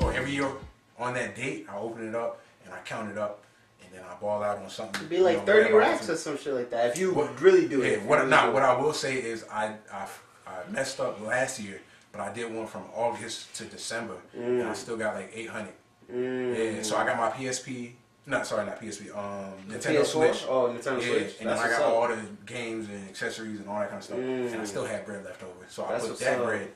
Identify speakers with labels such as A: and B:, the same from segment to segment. A: oh, year on that date, I open it up and I count it up, and then I ball out on something.
B: It'd be
A: you
B: like
A: know,
B: 30
A: whatever I
B: racks
A: do.
B: or some shit like that. If you
A: What-
B: really do it.
A: Yeah, what,
B: Really
A: now,
B: do it.
A: what I will say is I, I, I messed up last year, but I did one from August to December, and
B: Mm.
A: I still got like 800. Yeah, so I got my PSP. No, sorry, not PSP. Um, Nintendo
B: PS4?
A: Switch.
B: Oh, Nintendo
A: yeah,
B: Switch.
A: and
B: That's
A: then I
B: what's
A: got
B: up. Mm.
A: all the games and accessories and all that kind of stuff, and I still had bread left over. So I
B: That's
A: put
B: what's
A: that
B: up. Mm.
A: bread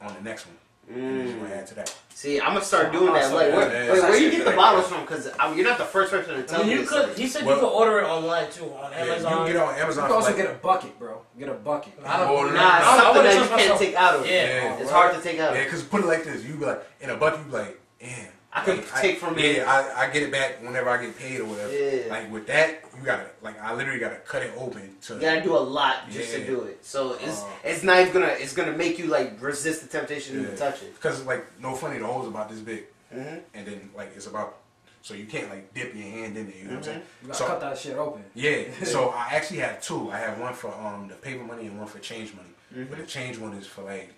A: on the next one, and just went add to that.
B: See, I'm gonna start doing that.
C: Also,
B: Like, where,
A: yeah,
B: wait,
A: yeah.
B: where
C: Actually,
B: you get the
C: like-
B: bottles from? Because you're not the first person to tell
C: I mean,
B: me.
C: you
B: this
C: could.
B: stuff.
C: He said
A: Well-
C: you could order it online too on
A: Yeah, you
C: Amazon.
A: can get on
D: You
A: Amazon.
D: can
A: for
D: also
A: like,
D: get a bucket, bro. Get a bucket. I don't-
A: Oh, no.
B: Nah,
D: Nah, some-
C: I don't- I
B: something
C: wouldn't
B: that you
C: trust
B: can't
C: myself.
B: take out of it.
C: Yeah.
A: Yeah.
B: It's hard to take out.
A: Yeah, because put it like this, you be like in a bucket, you be like, damn.
B: I could
A: like,
B: take from
A: yeah,
B: it.
A: I, I get it back whenever I get paid or whatever.
B: Yeah.
A: Like with that, you gotta like I literally gotta cut it open to.
B: You gotta do a lot just to
A: Yeah.
B: do it. So it's
A: Uh,
B: it's not even gonna it's gonna make you like resist the temptation to even touch it.
A: Because like no funny, the hole's about this big,
B: Mhm.
A: and then like it's about so you can't like dip your hand in there. You know what I'm saying?
B: Mm-hmm.
D: You gotta
A: So-
D: cut that shit open.
A: Yeah, so I actually have two. I have one for um the paper money and one for change money. But
B: Mm-hmm.
A: the change one is for like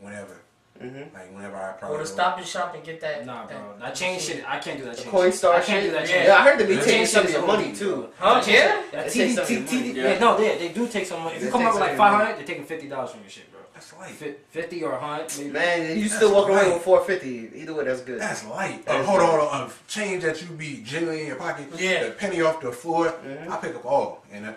A: whenever,
B: Mhm.
A: like whenever I probably
C: Go to
A: will.
C: Stop and Shop and get that.
D: Nah, bro.
C: that-
D: That change shit, I can't do that
B: The
D: change.
B: Coinstar
D: I can't
B: shit?
D: do that
C: Yeah.
D: change.
B: Yeah, I heard they be
A: Yeah.
B: taking
D: Change
B: some of
D: shit
B: your
D: is
B: money
D: OD,
B: too.
C: Huh?
D: That
C: Yeah.
D: change- that
B: They
D: TV,
B: take some of your
D: TV
B: money.
D: yeah, No, they they do take some money. If
B: They
D: you come
B: take
D: up
B: some
D: with like
B: of your
D: five hundred, they're taking fity dollars from your shit, bro.
A: That's light.
D: Fi- Fifty or a hundred, maybe.
B: Man, you
A: That's
B: still walking away
A: right.
B: with four fifty. Either way, that's good.
A: That's light.
B: That
A: Uh,
B: is
A: hold
B: light.
A: on, hold on. Uh, change that you be generally in your pocket.
C: Yeah.
A: The penny off the floor. I pick up all. And uh,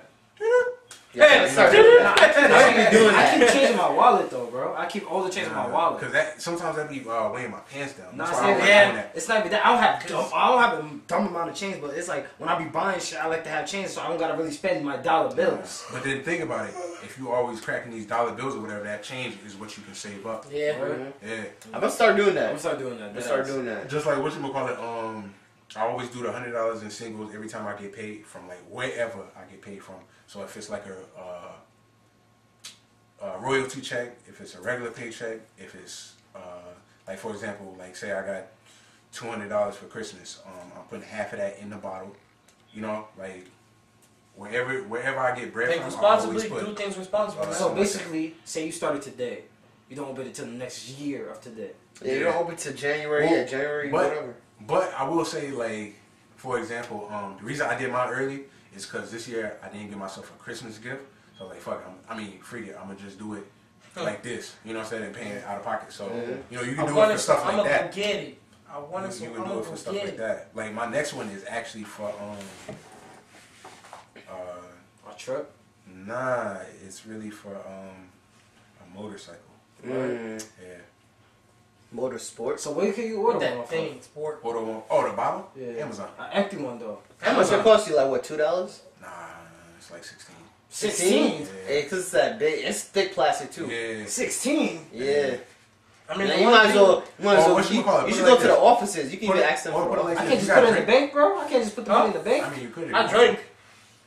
B: Yeah,
C: Hey,
B: sorry.
C: dude.
B: I should be doing
D: I
B: that.
D: keep changing my wallet though, bro. I keep all the change in my wallet.
A: Cause that sometimes that be uh, weighing my pants down.
D: Not
A: That's why I
D: saying
A: don't
D: that.
A: like doing that.
D: It's not even that. I don't have dumb, I don't have a dumb amount of change, but it's like when I be buying shit, I like to have change, so I don't gotta really spend my dollar bills.
A: But then think about it. If you always cracking these dollar bills or whatever, that change is what you can save up.
C: Yeah.
D: Word?
A: Yeah.
B: I'm gonna start doing
D: I'm
B: that.
D: gonna start doing that.
B: I'm gonna start doing that.
A: Just like what you call it. Um, I always do the hundred dollars in singles every time I get paid from like wherever I get paid from. So if it's like a, uh, a royalty check, if it's a regular paycheck, if it's uh, like for example, like say I got two hundred dollars for Christmas, um, I'm putting half of that in the bottle. You know, like wherever wherever I get bread
C: Think
A: from, I always
C: responsibly.
A: put.
C: Do things responsibly.
A: That's
D: So
A: what I'm saying.
D: basically, say you started today, you don't open it till the next year of today.
B: Yeah, you don't open till January.
A: Well,
B: yeah, January,
A: but-
B: whatever.
A: But I will say, like, for example, um, the reason I did mine early is because this year I didn't give myself a Christmas gift. So, like, fuck, I'm, I mean, freak it. I'm going to just do it like this. You know what I'm saying? And paying it out of pocket. So, you know, you
C: I
A: can do it
C: want
A: for
C: to.
A: stuff like
C: I'm gonna go
A: that.
C: get it. I want to.
A: You, you
C: I'm
A: can do
C: gonna
A: it for
C: go
A: stuff
C: get
A: like
C: it.
A: that. Like, my next one is actually for, um, uh,
D: A trip.
A: nah, it's really for, um, a motorcycle.
B: Mm.
A: Yeah.
B: Motorsports.
D: So where can you order
C: What
D: one
C: that
D: from?
C: thing? Sport.
A: Order one. Oh, the bottle?
D: Yeah.
A: Amazon.
D: An empty one though.
B: How much it cost you? Like what? Two dollars?
A: Nah, it's like 16.
D: 16?
B: Yeah, cause it's that big. It's thick plastic too.
A: Yeah.
D: 16?
B: Yeah.
C: I mean,
B: Yeah,
C: the
B: you
C: one
B: might as
C: thing-
B: well. You might as
A: Oh,
B: well.
A: what you
B: You,
A: call it?
B: you
A: Put
B: should
A: it
B: go
A: like
B: to the
A: this.
B: offices. You can
A: Put
B: even
A: it-
B: ask them
A: or
B: for.
A: put it
B: it.
A: like
D: I
A: Yeah,
D: can't
A: you
D: just
A: gotta
D: put it in the
A: drink.
D: bank, bro. I can't just put the
C: Huh?
D: money in the bank.
A: I mean, you could.
C: I drink.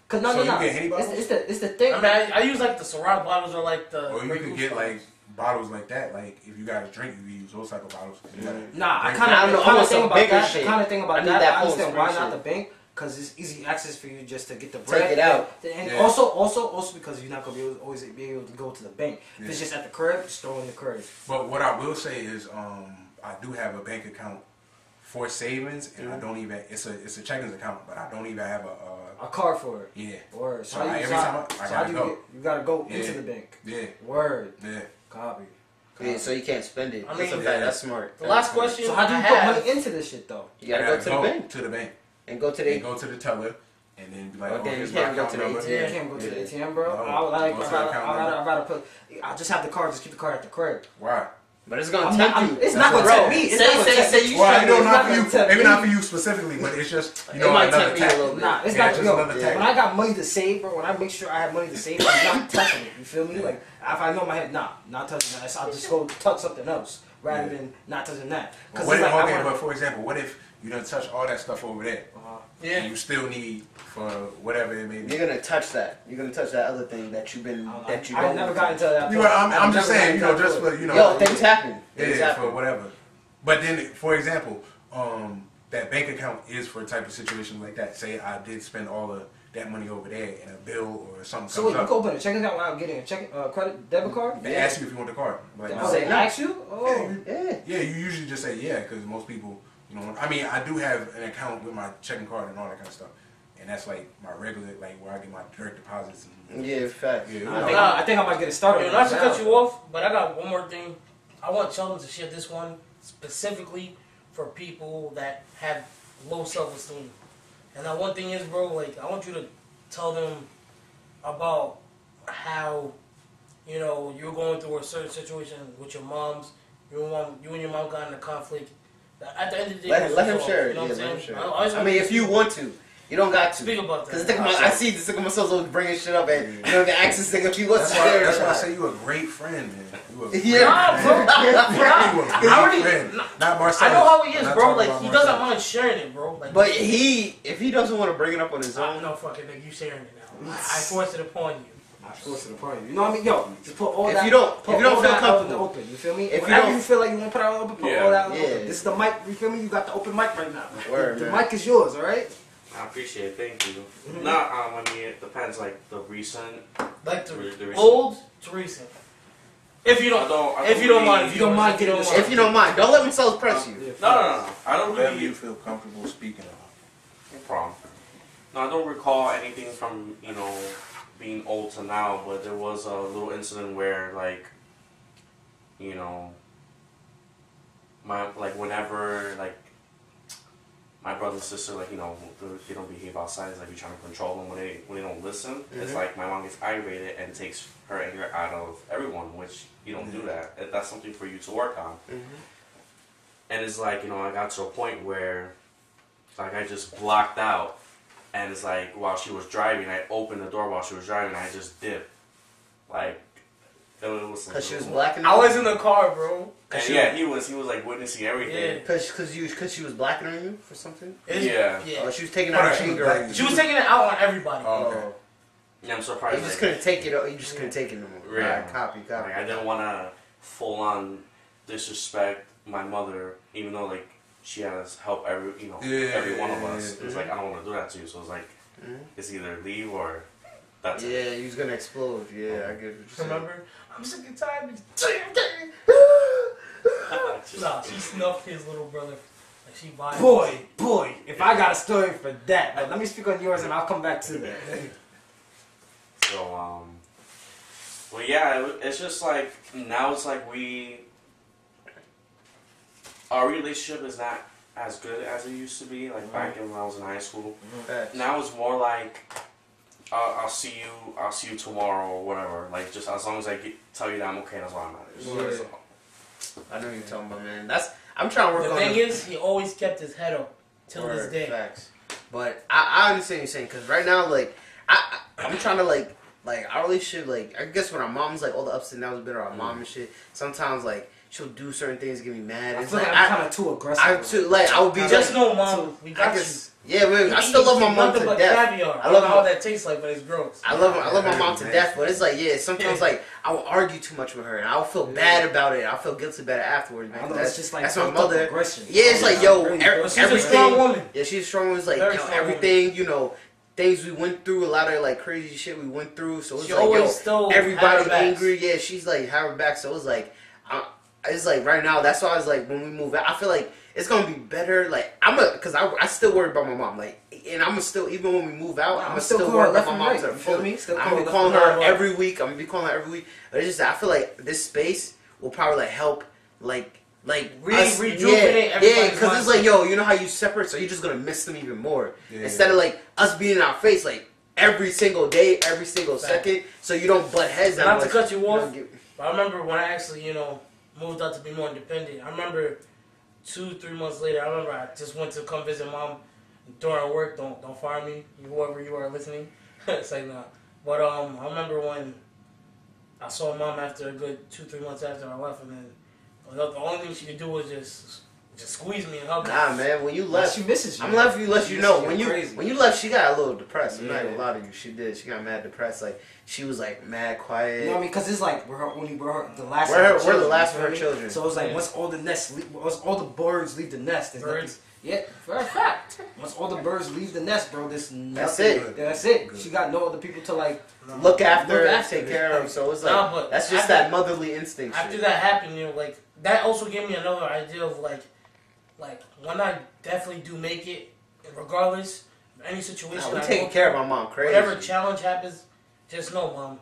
D: Cause no,
A: So
D: no,
A: you
D: no.
A: get any
D: It's,
A: bottles?
D: it's the it's the thing.
C: I mean, I, I use like the Ciroc bottles or like the.
A: Or you
C: Grey
A: could
C: Goose
A: get
C: bottles.
A: like bottles like that. Like if you got a drink, you use those type of bottles. You gotta-
C: Mm-hmm.
D: Nah, I
A: Like,
D: kind of
B: I don't know,
D: the kind
B: I
D: of
B: want
D: thing
B: some
D: about
B: bigger
D: that.
B: shit.
D: The kind of thing
B: I
D: about
B: need
D: that.
B: that
D: I
B: whole
D: understand why
B: spring
D: not the
B: shit.
D: bank because it's easy access for you just to get the bread.
B: it out.
D: And
A: Yeah.
D: also, also, also because you're not gonna be able, always be able to go to the bank. If it's
A: Yeah.
D: just at the curb, just throw in the curb.
A: But what I will say is, um, I do have a bank account for savings, and
C: Mm-hmm.
A: I don't even. It's a it's a checkings account, but I don't even have a. Uh,
D: A car for it.
A: yeah,
D: Word.
A: So
D: So, how you,
A: every
D: so,
A: time I- I
D: so how
A: gotta
D: do you
A: go.
D: get? You gotta go into
A: Yeah.
D: the bank.
A: yeah,
D: Word.
A: yeah.
D: Copy.
B: Yeah, so you can't spend it.
C: I
B: that's a
C: mean,
B: fact.
A: yeah.
B: That's smart.
C: The last question.
D: So how do
C: I
D: you put
C: have,
D: money into this shit though?
B: You gotta go to the bank
A: To the bank.
B: and go to
A: And
B: the.
A: go to the teller, and then be like,
B: Oh,
A: oh,
B: damn,
A: here's
B: you
A: my
B: can't go
A: account
B: to the
A: number.
D: You
C: Yeah.
D: can't go to the
B: Yeah.
D: ATM, bro.
A: No.
D: I like, I
A: Go to the
D: gotta, I
A: account
D: gotta, I
A: number.
D: gotta put. I just have the card. Just keep the card at the curb.
A: Why?
B: But it's gonna
D: I'm
B: tempt
D: not-
B: you.
D: it's not
B: That's
D: gonna
B: what-
D: tempt me. It's
B: Say,
D: not gonna
B: say,
D: tempt
B: say
D: me.
B: you
D: Why?
A: Well, I
B: try to
D: know,
A: know
D: it's
A: not
D: not
A: for you.
D: gonna tempt
A: Maybe
D: me.
A: not for you specifically, but it's just you
B: It
A: know
B: might
A: another
B: tempt me a little
A: tactic.
B: bit.
D: Nah, it's
A: Yeah,
D: not
A: just
D: yo,
A: another tactic.
D: When I got money to save, bro, when I make sure I have money to save, I'm not touching it. You feel me? Like if I know my head, nah, not touching that. So I'll just go touch something else rather
A: Yeah.
D: than not touching that.
A: But
D: Because
A: What
D: it's
A: if,
D: like I
A: okay,
D: wanna-
A: but for example, what if you don't touch all that stuff over there?
C: Yeah.
A: And you still need for whatever it may be.
B: You're gonna touch that. You're gonna touch that other thing that you've been
D: I-
B: that you
D: I,
B: don't.
D: I never got into that.
A: You know, I'm,
D: I've
A: I'm just
D: never
A: saying, you
D: gotten
A: know,
D: into
A: just
D: that.
A: for you know,
B: Yo, things happen. Things
A: yeah, for
B: happen.
A: whatever. But then, for example, um, that bank account is for a type of situation like that. Say I did spend all the that money over there and a bill or something
D: So
A: comes
D: wait, you
A: up.
D: can open a checking account without getting a check uh, credit debit card?
A: They ask you if you want the card. I'm like,
D: Oh,
A: no.
B: I'll
D: they
B: say no.
D: ask you? Oh,
B: Yeah.
A: Yeah, you usually just say yeah because most people, you know, I mean, I do have an account with my checking card and all that kind of stuff, and that's like my regular, like where I get my direct deposits. And,
B: Yeah, facts.
A: Yeah.
D: I think, I, I think I might get it started.
C: Yo,
D: on
C: not
D: it
C: to
D: now.
C: cut you off, but I got one more thing. I want Sheldon to share this one specifically for people that have low self esteem. And that one thing is, bro, like I want you to tell them about how you know you were going through a certain situation with your mom's. Your mom, you and your mom got in a conflict. At the end of the day,
B: Let,
C: it's
B: let him
C: resolved,
B: share
C: You
B: it.
C: know
B: Yeah,
C: what I'm
B: let
C: saying?
B: him share
C: I, always
B: it. I
C: want
B: mean,
C: to
B: if you want to, you don't got to.
C: speak about
B: Cause
C: that.
B: the thing about, I see this nigga myself bringing shit up and you know the access nigga she was
A: That's why,
B: there.
A: that's why I say you a great friend, man. You a great
B: Yeah.
A: friend.
B: Nah, bro.
A: you a great
C: I already-
A: friend. Not Marcellus.
C: I know how he
A: I'm
C: is,
A: not
C: bro.
A: talking
C: Like
A: about
C: he doesn't
A: Marcellus.
C: mind sharing it, bro. Like
B: But he, if he doesn't want to bring it up on his
C: So,
B: own,
C: no, fuck it, nigga. You sharing it now. I, I forced it upon you.
D: I force it upon you. You know what I mean? Yo, just put all
B: If
D: that.
B: you don't-
D: put
B: if you don't
D: all
B: feel
D: that out in the
B: comfortable.
D: open. You feel me?
B: If you
D: Whenever you,
B: don't-
D: feel like you want to put out open, put
E: Yeah.
D: all that out in the
B: Yeah.
D: open. This is the mic. You feel me? You got the open mic right now.
B: Word,
D: the
B: man.
D: mic is yours. All right.
E: I appreciate it. Thank you. No, um, I mean it depends. Like the recent.
C: Like
E: There- there
C: to
E: is-
C: old Teresa. If you don't,
E: I don't- I
C: Oh, if
E: don't
C: you don't
E: really-
C: mind,
E: If
D: you don't mind
C: if you
D: getting
B: if you don't mind, don't let themselves press you.
E: No, no, no. no. I don't
A: Whatever you
E: really.
A: feel comfortable speaking about.
E: No problem. No, I don't recall anything from you know being old to now, but there was a little incident where like, you know, my like whenever like my brother and sister like you know they don't behave outside, it's like you're trying to control them when they when they don't listen.
B: Mm-hmm.
E: It's like my mom gets aggravated and takes her anger out of everyone, which you don't
B: Mm-hmm.
E: do that. And That's something for you to work on. And it's like you know I got to a point where like I just blocked out, and it's like while she was driving, I opened the door while she was driving, I just dipped, like. It was
B: Cause she was blacking.
C: I was in the car, bro.
E: And yeah, he was. He was like witnessing everything.
B: Cause, cause you, cause she was blacking on you for something.
C: It's-
E: Yeah.
B: Oh,
C: yeah.
B: she was taking
A: Hold
B: out
A: on,
B: her
A: she was
B: anger.
A: blacking.
C: She was taking it out on everybody.
A: Oh, okay.
B: Oh,
E: And I'm
B: you
E: surprised.
B: just
E: like,
B: couldn't take it. You just couldn't take it no more.
E: Yeah.
B: Alright, copy, copy.
E: like, I didn't want to full on disrespect my mother, even though like she has helped every you know
A: Yeah,
E: every one of
A: yeah,
E: us.
A: yeah.
E: It's like I don't want to do that to you. So it's like
B: Mhm.
E: it's either leave or that's it.
B: Yeah, you was gonna explode. Yeah, I get what you're saying.
C: Remember? I'm sick and tired. of- nah, she snuffed his little brother. Like she vibed.
D: Boy, boy, if I got a story for that, but let me speak on yours and I'll come back to that.
E: So um, well yeah, it, it's just like now it's like we our relationship is not as good as it used to be. Like back
B: Mm-hmm.
E: in when I was in high school.
B: Facts.
E: Now it's more like I'll, I'll see you. I'll see you tomorrow or whatever. Like just as long as I get, tell you that I'm okay, that's all that matters.
B: Yeah.
E: So,
B: I know what you're talking about, man. That's I'm trying to work
C: The
B: on
C: thing
B: this-
C: is, he always kept his head up till this
B: Word,
C: day.
B: Facts. But I, I understand what you're saying because right now, like, I, I I'm trying to like like our relationship. Like, I guess when our mom's like all the ups and downs, been our mom and shit. Sometimes like she'll do certain things, get me mad.
D: I
B: It's
D: feel
B: like
D: like I'm
B: I,
D: kind of too aggressive.
B: I too like I would be
C: Just
B: like,
C: know, mom, we got
B: I
C: you.
B: guess, yeah, man, I still
C: He
B: love
C: eats
B: my mom
C: nothing
B: to
C: but
B: death.
C: Caviar.
B: I
C: I
B: love
C: love
B: my-
C: how that tastes like, but it's gross.
B: I love I love my mom to death, but it's like yeah, sometimes like I will argue too much with her, and I'll feel bad about it. I'll feel guilty about it afterwards, man.
D: I know,
B: that's
D: it's just like
B: that's my
D: built up
B: mother.
D: aggression.
B: Yeah, it's like yo,
D: Really
B: er-
D: built-
C: But she's a strong
B: everything.
C: woman.
B: Yeah, she's strong. It's like
C: Very
B: you know,
C: strong woman.
B: everything. You know, things we went through, a lot of like crazy shit we went through. So it's
C: She
B: like yo,
C: always stole
B: everybody
C: our backs.
B: angry. Yeah, she's like have her back. So it's like, I, it's like right now. That's why I was like, when we move out, I feel like it's gonna be better. Like I'm a, cause I, I still worry about my mom. Like, and I'm still even when we move out, I'm,
D: I'ma
B: still,
D: still call
B: worry
D: her
B: about
D: left
B: my
D: and
B: mom
D: right,
B: to the
D: you feel
B: full.
D: me? Still
B: I'm
D: call
B: gonna
D: her
B: be calling
D: left and
B: her
D: right.
B: every week. I'm gonna be calling her every week. But it's just that I feel like this space will probably like help, like. Like
C: Really
B: us-
C: rejuvenate
B: yeah, yeah,
C: everybody's
B: because it's
C: mindset.
B: like yo, you know how you separate, so you're just gonna miss them even more.
A: Yeah.
B: Instead of like us being in our face like every single day, every single
C: Fact.
B: second, so you don't butt heads. that
C: Not to
B: much.
C: cut you off,
B: don't get-
C: But I remember when I actually, you know, moved out to be more independent. I remember two, three months later. I remember I just went to come visit mom during work. Don't don't fire me, whoever you are listening. it's like nah. But um, I remember when I saw mom after a good two, three months after I left, and then the the only thing she could do was just just squeeze me and hug me.
B: Nah, man. When you left,
D: She misses you.
B: I'm left you let
D: She
B: you
D: misses
B: know when you
D: crazy.
B: when you left she got a little depressed. I'm not
D: Yeah.
B: gonna lie to you, she did. She got mad depressed. Like she was like mad quiet.
D: You know what I mean? Because it's like we're her only we're her, the last.
B: We're
D: of
B: her- we're the
D: children,
B: last
D: you
B: of her
D: feel me?
B: children.
D: So it's like
C: Yeah.
D: once all the nests, leave, once all the birds leave the nest, there's
C: Birds.
D: nothing. Yeah, for a fact. Once all the birds leave the nest, bro, there's nothing.
B: it.
D: Yeah, That's it. She got no other people to like.
B: Look after,
D: Look
B: her,
D: after
B: take
D: her.
B: care of. Her. So it's like
C: Nah, but
B: that's just
C: after-
B: that motherly instinct.
C: After
B: shit.
C: that happened, you know, like that also gave me another idea of like, like when I definitely do make it, regardless of any
B: Nah,
C: situation.
B: we
C: I
B: taking
C: go
B: care of
C: through,
B: our mom. Crazy.
C: Whatever challenge happens, just know, mom.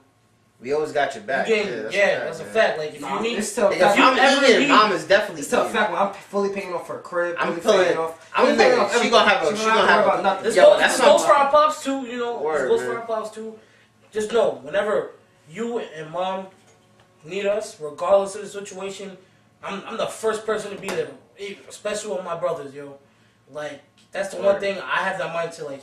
B: we always got your back.
C: you getting, yeah, that's, a fact. Like if
D: Nah,
C: you need,
D: it's tough.
B: If,
D: If you
B: I'm
C: ever
B: eating,
C: leave-
B: mom is definitely
D: It's tough
B: eating.
D: fact when I'm fully paying off her crib.
B: I'm
D: fully
B: feeling-
D: paying off.
B: I'm
D: fully
B: feeling-
D: paying off
B: she
D: everything.
B: gonna have a-
D: She
B: she
D: don't
B: gonna
D: to
B: have
D: worry
B: a-
D: about nothing.
C: This
B: Yo,
C: goes,
B: that's
C: this
B: what I'm
C: goes for
B: talking-
C: our pops too, you know.
B: Word,
C: this goes
B: man.
C: for our pops too. Just know, whenever you and mom need us, regardless of the situation, I'm, I'm the first person to be there, e- especially with my brothers, yo. Like, that's the one
B: Word.
C: thing I have that mindset, like,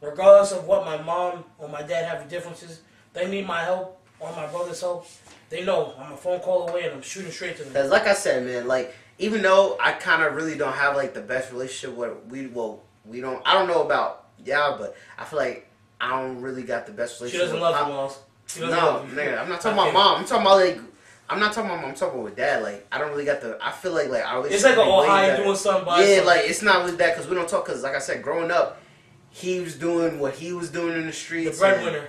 C: regardless of what my mom or my dad have differences, they need my help or my brother's help. They know I'm a phone call away and I'm shooting straight to them.
B: Because, like I said, man, like even though I kind of really don't have like the best relationship, what we well, we don't. I don't know about y'all, but I feel like I don't really got the best
C: She
B: relationship.
C: doesn't
B: with
C: love
B: my-
C: you, Miles. She doesn't
B: No,
C: love you.
B: nigga, I'm not talking about
C: Okay.
B: mom. I'm talking about like, I'm not talking about mom. I'm talking about with dad. Like, I don't really got the. I feel like like I always.
C: It's like an
B: be way
C: Ohio
B: better.
C: doing something by
B: Yeah,
C: herself.
B: like it's not really that because we don't talk. Because like I said, growing up, he was doing what he was doing in the
C: the
B: streets. and-
C: breadwinner.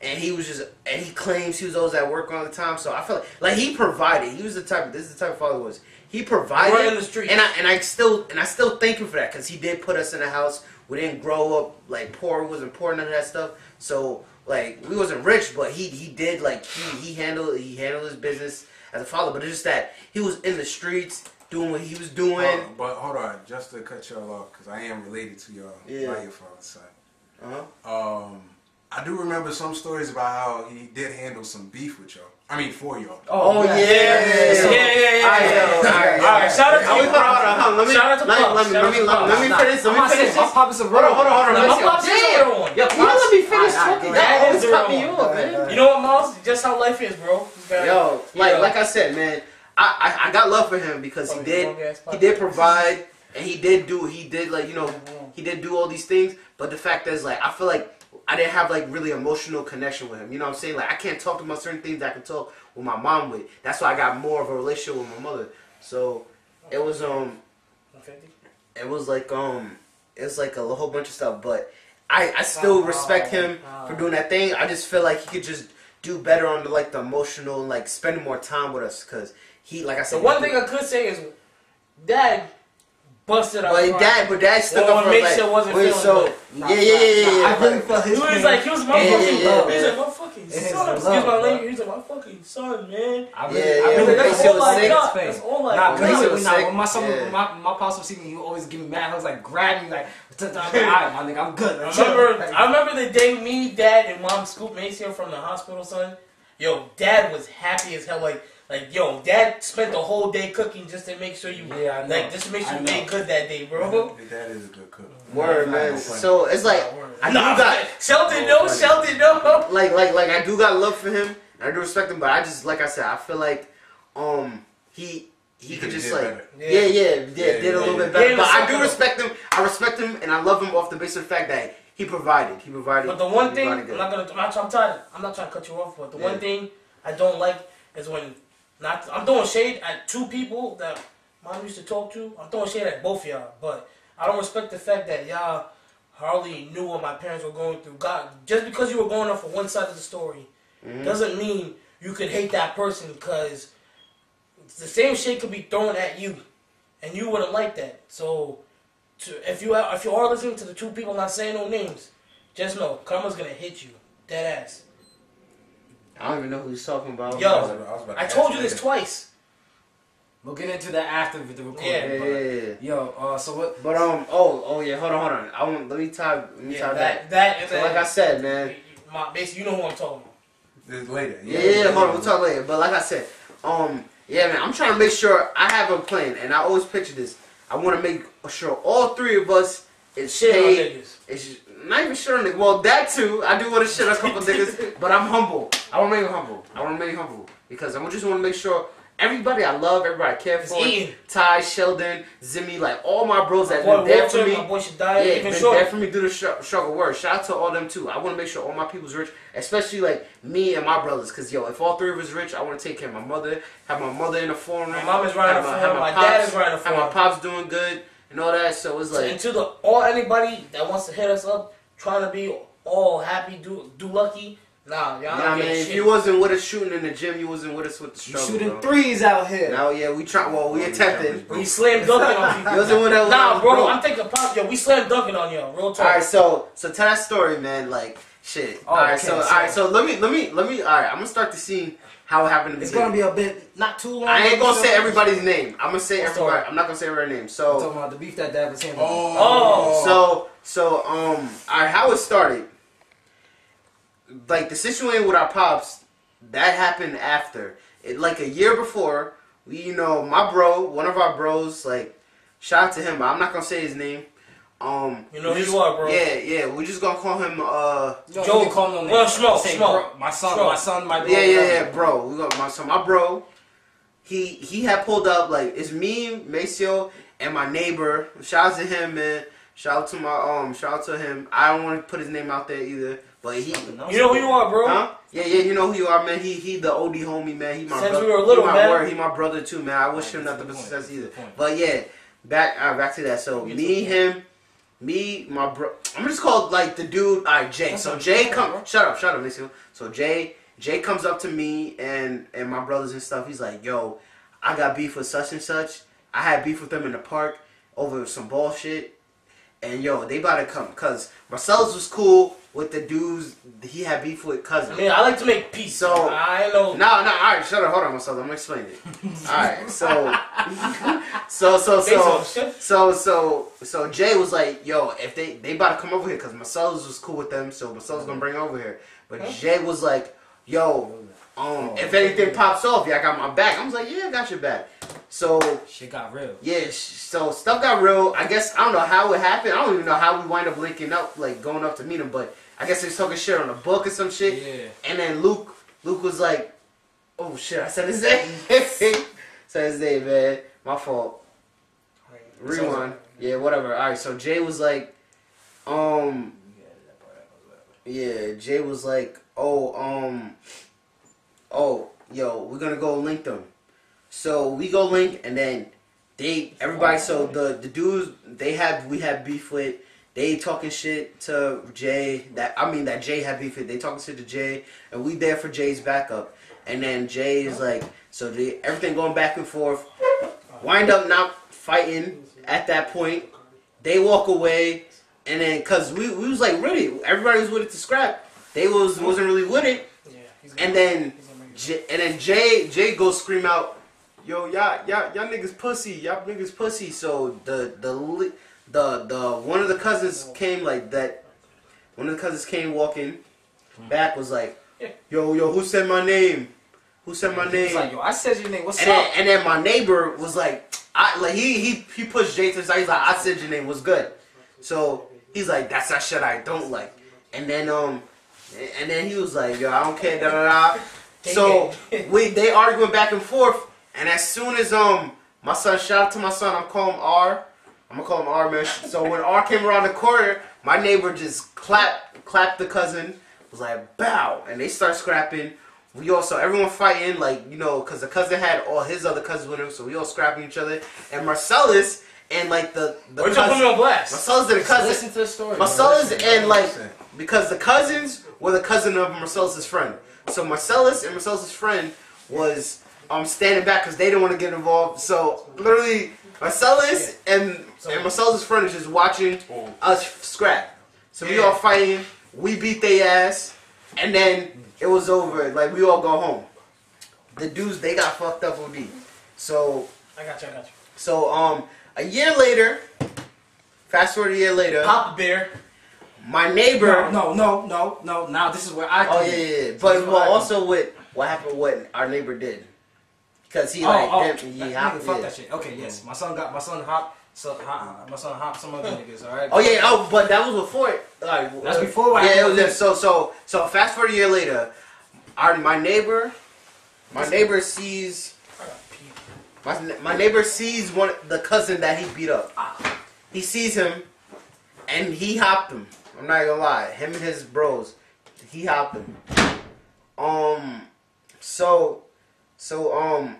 B: and he was just and he claims he was always at work all the time. So I feel like, like he provided. He was the type. This is the type of father he was. He provided
C: Right in the streets.
B: and I and I still and I still thank him for that because he did put us in a house. We didn't grow up like poor. We wasn't poor none of that stuff. So like we wasn't rich, but he he did like he he handled he handled his business as a father. But it's just that he was in the streets doing what he was doing.
A: Uh,
C: Oh.
A: but hold on, just to cut y'all off, because I am related to y'all
B: Yeah.
A: by your father's side.
B: Uh-huh.
A: Um, I do remember some stories about how he did handle some beef with y'all. I mean, for y'all.
B: Oh yeah, yeah,
D: So-
C: yeah, yeah, yeah,
B: Alright,
C: yeah.
B: alright,
C: All right, shout
B: Are
C: out to
B: we
C: you,
B: hold on,
C: Pops.
B: hold on, let me,
C: Shout out to
B: let me,
C: Pops.
B: let me, let me,
C: Shout out to
B: let me
D: Nah,
B: finish,
D: I'm
B: let
D: not
B: me finish
D: saying my
B: this.
D: pop is a
B: Hold on,
D: real
B: hold on, hold on.
C: Nah,
B: Let's
C: my
B: go.
C: pops is
B: Damn.
C: the real one.
B: Yo,
D: Pops-
B: you let me finish
D: Alright,
B: talking. That
D: alright,
C: go ahead.
B: always
C: That is the
B: cut me
C: real
B: off,
D: Alright,
B: man.
D: alright.
C: You know what, Miles? Just how life is, bro. You gotta-
B: Yo, like
C: Yo.
B: like I said, man, I, I I got love for him because he
C: Fucking
B: did
C: long-ass
B: he
C: podcast. Mm-hmm.
B: did provide and he did do he did like you know he did do all these things. But the fact is, like I feel like I didn't have like really emotional connection with him. You know what I'm saying? Like I can't talk about certain things I can talk with my mom with. That's why I got more of a relationship with my mother. So it was um it was like um it was like a whole bunch of stuff but i i still
D: Wow.
B: respect him
C: Wow.
B: for doing that thing i just feel like he could just do better on the like the emotional like spending more time with us because he like i
C: The
B: said
C: one thing I could say is, Dad busted out.
B: but dad but dad stuck
C: Well,
B: up for
C: Mitch
B: us,
C: still
B: like,
C: wasn't
B: we're
C: feeling
B: so
C: good.
D: Nah,
B: yeah yeah yeah yeah,
D: nah,
B: yeah
D: I really
B: like,
D: felt
C: He
D: his
C: was
D: pain.
C: like, he was my
B: Yeah, yeah,
C: fucking,
B: yeah,
C: he was
B: man.
C: like, my fucking
D: It is
C: son.
D: love,
C: Excuse my
D: bro.
C: language. He was like, my fucking son, man.
D: I
B: Yeah,
D: really, I
B: yeah,
D: really
B: when Gracie
D: felt
C: that's
D: his
C: all
B: was
D: pain.
C: I
B: sick,
C: got. That's all I
D: Nah,
B: when he
D: Gracie
C: got.
B: was
D: was not.
B: sick,
D: When my son,
B: yeah.
D: my my pops was seeing me, he would always give me mad. I was like, grab me, like, t- t- I'm like, all right, my nigga, I'm good.
C: I
D: Like, chill.
C: remember,
D: Like,
C: I remember the day me, Dad, and Mom scooped Maceo from the hospital, son. Yo, Dad was happy as hell. Like, like, yo, Dad spent the whole day cooking just to make sure you,
D: Yeah, I know.
C: like, just to make sure
D: I
C: you
D: know.
C: made good that day, bro.
A: Your dad is a good cook.
B: word man so it's like i do
C: Nah,
B: got
C: Shelton,
D: Oh,
C: no,
B: funny.
C: Shelton, no.
B: like like like I do got love for him. and I do respect him, but I just like I said, I feel like um he he
A: He
B: could
A: could've
B: just
A: did
B: like
A: better.
B: yeah yeah yeah,
A: Yeah,
B: did a little
A: yeah.
B: bit better.
C: Yeah,
B: but I
C: something.
B: do respect him. I respect him and I love him off the basis of the fact that he provided. He provided.
C: But the
B: he
C: one thing
B: provided
C: I'm not
B: good.
C: gonna, I'm not, I'm trying, I'm not trying to cut you off. But the
B: Yeah.
C: one thing I don't like is when not I'm throwing shade at two people that mom used to talk to. I'm throwing shade at both of y'all, but I don't respect the fact that y'all hardly knew what my parents were going through. God, just because you were going off of one side of the story doesn't mean you could hate that person because the same shit could be thrown at you, and you wouldn't like that. So, to, if you are, if you are listening to the two people not saying no names, just know karma's gonna hit you dead ass.
B: I don't even know who he's talking about.
C: Yo,
A: I was about- was about to
C: I
A: ask
C: told
A: you
C: you this
A: that.
C: twice.
D: We'll get into that after the recording.
C: Yeah,
B: yeah,
D: but,
B: yeah, yeah.
D: Yo, uh, so what?
B: But um oh oh yeah hold on hold on I want let me tie let me
C: Yeah,
B: tie that.
C: that that and
B: So
C: then,
B: like I said man
C: my basically you know who I'm talking about.
A: This later.
B: yeah yeah, yeah hold on we'll talk later but like I said um yeah man I'm trying to make sure I have a plan and I always picture this I want to make sure all three of us is
C: Shit on
B: paid
C: niggas.
B: It's not even shit on niggas. Well, that too. I do want to shit on a couple niggas, but I'm humble. I want to remain humble. I want to remain humble because I just want to make sure everybody I love, everybody I care
C: It's
B: for,
C: Ian.
B: Ty, Sheldon, Zimmy, like all my bros that
C: Boy,
B: been there for
C: Walter,
B: me.
C: my boy
B: Yeah,
C: Shadiah, even
B: been there
C: short.
B: for me through the str- struggle. Word. Shout out to all them too. I want to make sure all my people's rich, especially like me and my brothers. Cause yo, if all three of us rich, I want to take care of my mother, have my mother in the forum.
C: My mom is riding
B: have
C: a
B: my-
C: form,
B: have
C: my dad
B: pops-
C: is riding a
B: Have my
C: form.
B: pops doing good and all that. So it's
C: and
B: like,
C: to the all anybody that wants to hit us up, trying to be all happy, do do lucky. Nah,
B: nah,
C: y'all not
B: man.
C: getting
B: If
C: shit.
B: you wasn't with us shooting in the gym, you wasn't with us with the
D: You
B: struggle.
D: shooting
B: bro.
D: threes out here.
B: Now, yeah, we try. Well, we attempted.
C: we slam dunking on
B: You
C: people.
B: wasn't with us. when I
C: Nah,
B: was
C: bro,
B: broke.
C: I'm taking pop. Yo, we slam dunking on you. Real
B: All
C: talk.
B: right, so so tell that story, man. Like shit.
D: Oh,
B: all right,
D: okay,
B: so,
D: so-
B: all right, so let me let me let me. All right, I'm gonna start the scene how it happened. To
D: It's
B: begin.
D: gonna be a bit not too long.
B: I ain't gonna
D: episode.
B: say everybody's name. I'm gonna say
C: What's
B: everybody.
C: up?
B: I'm not gonna say everybody's name.
D: I'm
B: So
D: talking about the beef that Dad was handling.
A: Oh.
B: so so um. All right, how it started. Like the situation with our pops, that happened after. It like a year before. We, you know, my bro, one of our bros, like, shout out to him. But I'm not gonna say his name. Um,
C: You know
B: we
C: who you
B: just-
C: are, bro.
B: Yeah, yeah. We're just gonna call him. Uh,
D: Yo,
C: Joe,
D: you call him no
C: well,
D: names.
C: Schmo,
D: Say,
C: Schmo,
D: bro, My son,
C: Schmo.
D: my son, my bro.
B: Yeah, yeah,
D: whatever.
B: yeah, bro. We got my so my bro. He he had pulled up like it's me, Maceo, and my neighbor. Shout out to him, man. Shout out to my um. Shout out to him. I don't want to put his name out there either, but he.
C: You know who you are, bro.
B: Huh? Yeah, yeah, you know who you are, man. He he, the OD homie, man. He my
C: Since
B: brother.
C: we were little,
B: he my
C: man.
B: word. He my brother too, man. I wish him nothing but
D: That's the
B: success
D: point.
B: either.
D: That's the point.
B: But yeah, back uh, back to that. So
C: Get to
B: me,
C: the
B: him, me, my bro. I'm just called like the dude. All right, Jay.
D: That's
B: So
D: what
B: Jay
D: I'm
B: come.
D: saying, bro.
B: Shut up, shut up, Maceo. So Jay Jay comes up to me and and my brothers and stuff. He's like, yo, I got beef with such and such. I had beef with them in the park over some bullshit. And yo, they about to come because Marcellus was cool with the dudes he had beef with cousin.
C: I mean, I like to make peace.
B: So-
C: I know.
B: No, no, all right, shut up, hold on, myself. I'm gonna explain it. All right, so, so, so,
C: Say
B: so,
C: some shit.
B: so, so, so Jay was like, "Yo, if they they about to come over here, cause Marcellus was cool with them, so Marcellus gonna bring over here." But Jay was like, "Yo, um, if anything pops off, yeah, I got my back." I was like, "Yeah, I got your back." So
D: Shit got real.
B: yeah, sh- so stuff got real. I guess I don't know how it happened. I don't even know how we wind up linking up, like going up to meet him. But I guess they was talking shit on a book or some shit.
D: Yeah.
B: And then Luke, Luke was like, "Oh shit, I said his name. said his name, man. My fault. Rewind. Yeah, whatever. All right. So Jay was like, um, yeah. Jay was like, oh, um, oh, yo, we're gonna go link them. So we go link, and then they everybody. So the the dudes they had we had beef with. They talking shit to Jay. That I mean that Jay had beef with. They talking shit to Jay, and we there for Jay's backup. And then Jay is like, so they, everything going back and forth. Wind up not fighting at that point. They walk away, and then cause we, we was like ready. Everybody was with it to scrap. They was wasn't really with it.
C: Yeah, he's gonna-
B: And then
C: he's gonna make it.
B: J- and then Jay Jay goes scream out, "Yo, y'all, y'all, y'all niggas pussy, y'all niggas pussy." So the the li- the the one of the cousins came like that. One of the cousins came walking back was like, "Yo, yo, who said my name? Who said my
D: It's like,
B: name?"
D: yo, I said your name. What's
B: And
D: up?
B: then, and then my neighbor was like, "I like he he he pushed Jay to the side. He's like, I said your name was good." So he's like, "That's that shit I don't like." And then um, and then he was like, "Yo, I don't care." Da da da. So we they arguing back and forth, and as soon as um my son shout out to my son, I'm calling R. I'm gonna call him R man. So when R came around the corner, my neighbor just clapped clapped the cousin, was like bow, and they start scrapping. We also everyone fighting like you know because the cousin had all his other cousins with him, so we all scrapping each other. And Marcellus and like the the
C: We're just putting
B: cousin,
C: you on blast.
B: Marcellus and the
D: Just
B: cousin
D: Listen to the story. bro.
B: Marcellus
D: Listen.
B: and like
A: Listen.
B: because the cousins were the cousin of Marcellus's friend. So Marcellus and Marcellus's friend was um standing back because they didn't want to get involved. So literally Marcellus and and Marcellus's friend is just watching
A: Oh.
B: us scrap. So we all fighting, we beat they ass, and then it was over. Like we all go home. The dudes they got fucked up with me. So
C: I got you. I got you.
B: so um a year later, fast forward a year later,
C: Pop a beer.
B: my neighbor
D: No, no, no, no. Now this is where I.
B: Oh
D: come
B: yeah,
D: in.
B: yeah, yeah.
D: This
B: But
D: is
B: well,
D: where I come
B: also with what happened, what our neighbor did, because he
D: Oh,
B: like,
D: oh,
B: didn't-
D: that
B: he
D: nigga,
B: hopped,
D: fuck
B: yeah.
D: that shit. Okay, yes, my son got my son hop, so hop, my son hop some other niggas. All right.
B: Oh yeah, oh, but that was before it. Like, uh,
D: That's before what
B: Yeah, it
D: happened.
B: was. Just, so so so fast forward a year later, our my neighbor, my neighbor sees
C: I got
B: My, my neighbor sees one the cousin that he beat up.
D: Ah.
B: He sees him, and he hopped him. I'm not gonna lie, him and his bros, he hopped him. Um, so, so um,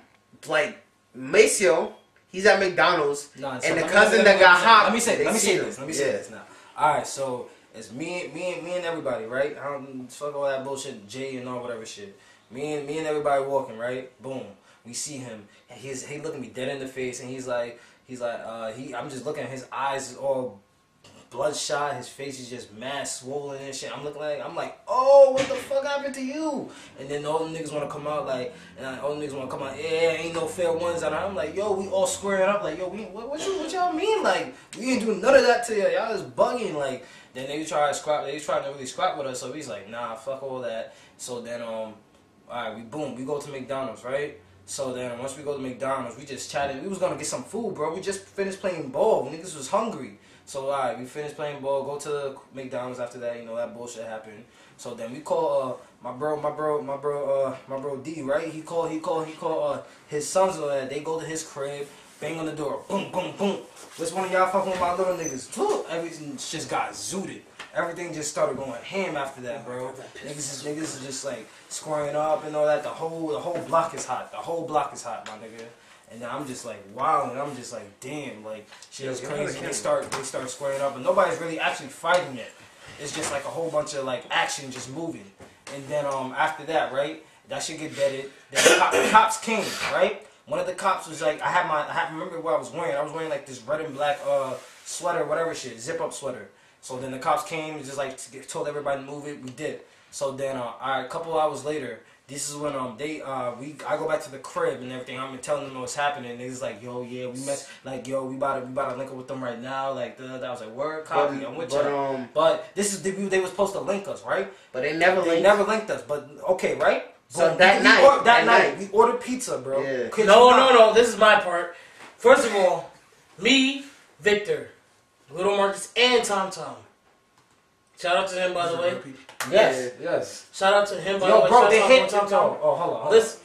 B: like Maceo, he's at McDonald's,
D: No,
B: and
D: so
B: the
D: let me-
B: cousin
D: let me-
B: that got hopped.
D: Let me say.
B: they
D: Let me
B: see
D: say
B: him.
D: this. Let me say
B: Yeah.
D: this now. All right, so it's me, me, me and everybody, right? I don't fuck all that bullshit, Jay and all whatever shit. Me and me and everybody walking, right? Boom. We see him, and he's he looking me dead in the face, and he's like, he's like, uh, he. I'm just looking. His eyes is all bloodshot. His face is just mad swollen and shit. I'm looking like I'm like, oh, what the fuck happened to you? And then all the niggas want to come out like, and I- all the niggas want to come out. Yeah, ain't no fair ones. And I'm like, yo, we all squaring up. Like, yo, we what, what you what y'all mean? Like, we ain't do none of that to y'all. Y'all is bugging. Like, then they try to scrap. They trying to really scrap with us. So he's like, nah, fuck all that. So then um, all right, we boom, we go to McDonald's, right? So then once we go to McDonald's, we just chatted. We was gonna get some food, bro. We just finished playing ball. Niggas was hungry. So all right, we finished playing ball. Go to the McDonald's after that. You know that bullshit happened. So then we call uh, my bro, my bro, my bro, uh, my bro D. Right? He called, he called, he called uh, his sons. Or that. They go to his crib, bang on the door, boom, boom, boom. Which one of y'all fucking with my little niggas? Woo! Everything just got zooted. Everything just started going ham after Oh that, bro. niggas, is, niggas is just like squaring up and all that. The whole, the whole block is hot. The whole block is hot, my nigga. And then I'm just like, wow, and I'm just like, damn, like shit is
A: Yeah, get out of
D: crazy.
A: the
D: They start they start squaring up, and nobody's really actually fighting yet. It's just like a whole bunch of like action just moving. And then um after that, right, that shit get vetted. Then the cop, cops came, right? One of the cops was like, I had my, I had, remember what I was wearing. I was wearing like this red and black uh sweater, whatever shit, zip up sweater. So then the cops came, and just like t- told everybody to move it. We did. So then, uh, all right, a couple hours later, this is when um they uh we I go back to the crib and everything. I'm telling them what's happening. They just like, yo, yeah, we met. Like, yo, we about to we about to link up with them right now. Like, da, da, da. I was like, word, copy. I'm
B: But,
D: with
B: but
D: you.
B: um,
D: But this is the view they were supposed to link us, right?
B: but they never
D: they
B: linked.
D: never linked us, but okay, right?
B: So
D: Boom.
B: that
D: We
B: night-
D: or- that,
B: that
D: night,
B: night-
D: we ordered pizza, bro.
B: Yeah.
D: Kid
C: No,
D: you
C: no,
D: not.
C: no. This is my part. First of all, me, Victor, Little Marcus, and Tom Tom. Shout out to him, by the way. Yes.
D: yes.
C: Shout out to him, by the
D: Yo,
C: way.
D: bro,
C: Shout
D: they
C: out
D: hit.
C: to Tom Tom.
D: Oh, hold on. Hold
C: Listen,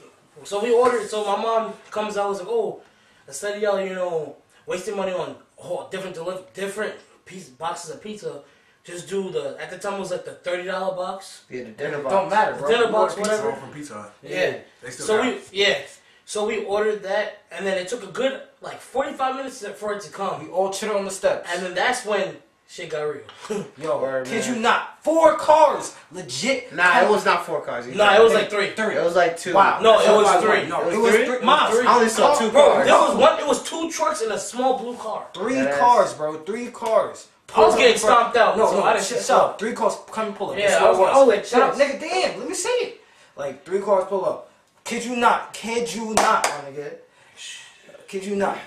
C: so we ordered. So my mom comes out was like, "Oh, instead of y'all, you know, wasting money on oh, different deli- different piece boxes of pizza, just do the at the time it was like the thirty dollar box.
B: Yeah, the dinner
D: on.
B: box.
D: Don't matter, bro.
C: Dinner
D: We
C: box,
D: ordered pizza.
A: Pizza
C: whatever.
A: roll from Pizza Hut.
C: Yeah.
A: They still
C: So
A: got
C: we
A: it.
C: yeah, so we ordered that, and then it took a good like forty five minutes for it to come,
D: We all chilled on the steps.
C: and then that's when shit got real.
D: Yo,
B: Word,
D: kid
B: man.
D: you not. Four cars, legit.
B: Nah, it
D: Come-
B: was not four cars. either.
C: nah, it was like three.
D: three.
B: It was like two.
D: Wow.
C: No, it
D: So
C: was
D: I won.
C: three.
D: No,
B: It was
D: it was
B: three?
D: three.
C: Moms,
D: Moms,
B: I only saw
D: car-
B: two
D: bro,
B: cars.
C: There was one. It was two trucks and a small blue car.
D: Three
B: Yes.
D: cars, bro. Three cars.
C: I was getting stomped out,
D: No,
C: so
D: no,
C: I didn't
D: shut
C: shut
D: up.
C: up.
D: Three cars come pull up.
C: Yeah,
D: That's
C: I
D: what
C: was
D: it
C: like, oh, it
D: shut up,
C: just-
D: nigga. Damn, let me see it. Like three cars pull up. Kid you not. Kid you not, my nigga. Kid you not.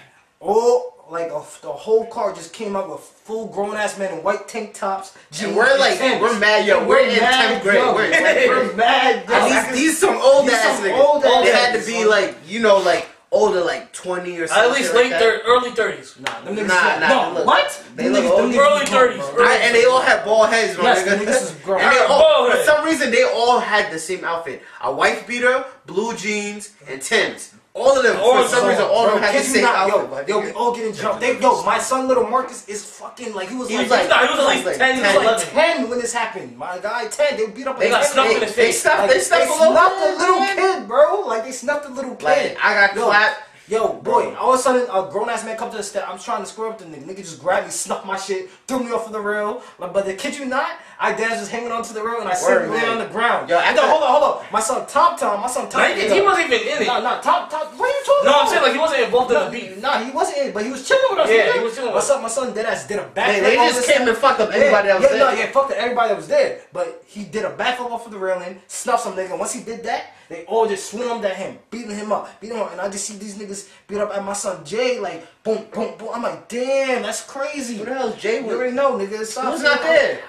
D: All like a, the whole car just came up with full grown ass men in white tank tops. jeans,
B: And we're like,
D: Timbs.
B: we're mad, yo.
D: And
B: We're, in
D: mad,
B: tenth grade.
D: yo.
B: We're,
D: Like, we're mad. yo.
B: And these, these some old
D: These
B: ass
D: some
B: niggas.
D: old ass
B: they had to
D: niggas,
B: be
D: son.
B: like, you know, like older, like twenty or something.
C: At least late
B: like
C: thir- early thirties.
D: Nah, them niggas.
B: Nah,
D: look-
B: nah,
D: no,
B: they look-
D: what?
B: they
D: Them
B: look
D: niggas- them
B: old.
D: niggas grown,
C: Early
D: bro.
C: 30s, early
B: I, and they all had bald heads, my
D: Yes,
B: nigga.
D: the niggas is grown.
B: And they all,
C: Bald
B: for
C: head.
B: some reason, they all had the same outfit: a wife beater, blue jeans, and Tims. All of them,
C: All
B: for some
C: of
B: reason, all of them had the
D: Kids
B: same
D: not,
B: outfit.
D: yo,
B: my
D: yo,
B: nigga.
D: we all getting drunk. They, yo, my son, little Marcus, is fucking like he was
B: He
D: like,
B: was like,
C: nah, he was at least 10, he was
D: like
C: 11.
D: ten when this happened. My guy, ten. They beat up.
C: They
D: on
C: got
D: him.
C: snuck in the
B: They
C: face.
B: stuffed,
D: Like,
B: they stuffed a little,
D: a little
B: man.
D: kid, bro. Like they snuffed a little kid.
B: Like I got
D: Yo.
B: clapped.
D: Yo, boy, all of a sudden a grown ass man comes to the step. I'm trying to square up the nigga. Nigga just grabbed me, snuck my shit, threw me off of the rail. Like, but the kid you not, I dad's just hanging onto the rail and I sit
B: Word,
D: lay
B: man.
D: on the ground.
B: Yo,
D: Yo, and
B: after-
D: then, hold on, hold on. My son Tom Tom, my son Tom.
C: Nah, he, he wasn't even in it.
D: No, no, Tom Tom. What are you talking
C: No,
D: about?
C: I'm saying like he wasn't involved in
D: No,
C: the beef.
D: Nah, he wasn't in, but he was chilling with us.
C: Yeah,
D: nigga.
C: he was chilling
D: My
C: with
D: son, my son dead ass did a backflip.
B: They, they
D: off
B: just
D: the
B: came and fucked up
D: yeah,
B: everybody else.
D: yeah,
B: there.
D: no, yeah, fuck that. Everybody that was there, but he did a backflip off of the railing, snuffed some nigga. Once he did that, they all just swarmed at him, beating him up, beating him up, and I just see these niggas beat up at my son Jay, like boom, boom, boom. I'm like, damn, that's crazy.
B: Who
D: You
B: the hell's Jay with?
D: already know, nigga. It's
B: Who's not there?